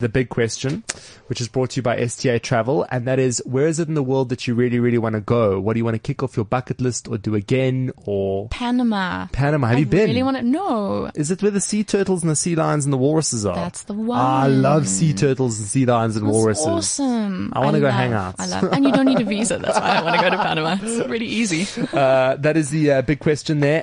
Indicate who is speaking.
Speaker 1: the big question, which is brought to you by STA Travel, and that is where is it in the world that you really, really want to go? What do you want to kick off your bucket list or do again or
Speaker 2: Panama.
Speaker 1: Panama? Have
Speaker 2: I
Speaker 1: you been? Oh.
Speaker 2: really want to. No.
Speaker 1: is it where the sea turtles and the sea lions and the walruses are?
Speaker 2: That's the one.
Speaker 1: Ah, I love sea turtles and sea lions and
Speaker 2: That's
Speaker 1: walruses.
Speaker 2: awesome.
Speaker 1: I wanna go
Speaker 2: love-
Speaker 1: hang out.
Speaker 2: I love, and you don't need a visa. That's why I want to go to Panama. It's really easy.
Speaker 1: Uh, that is the uh, big question there.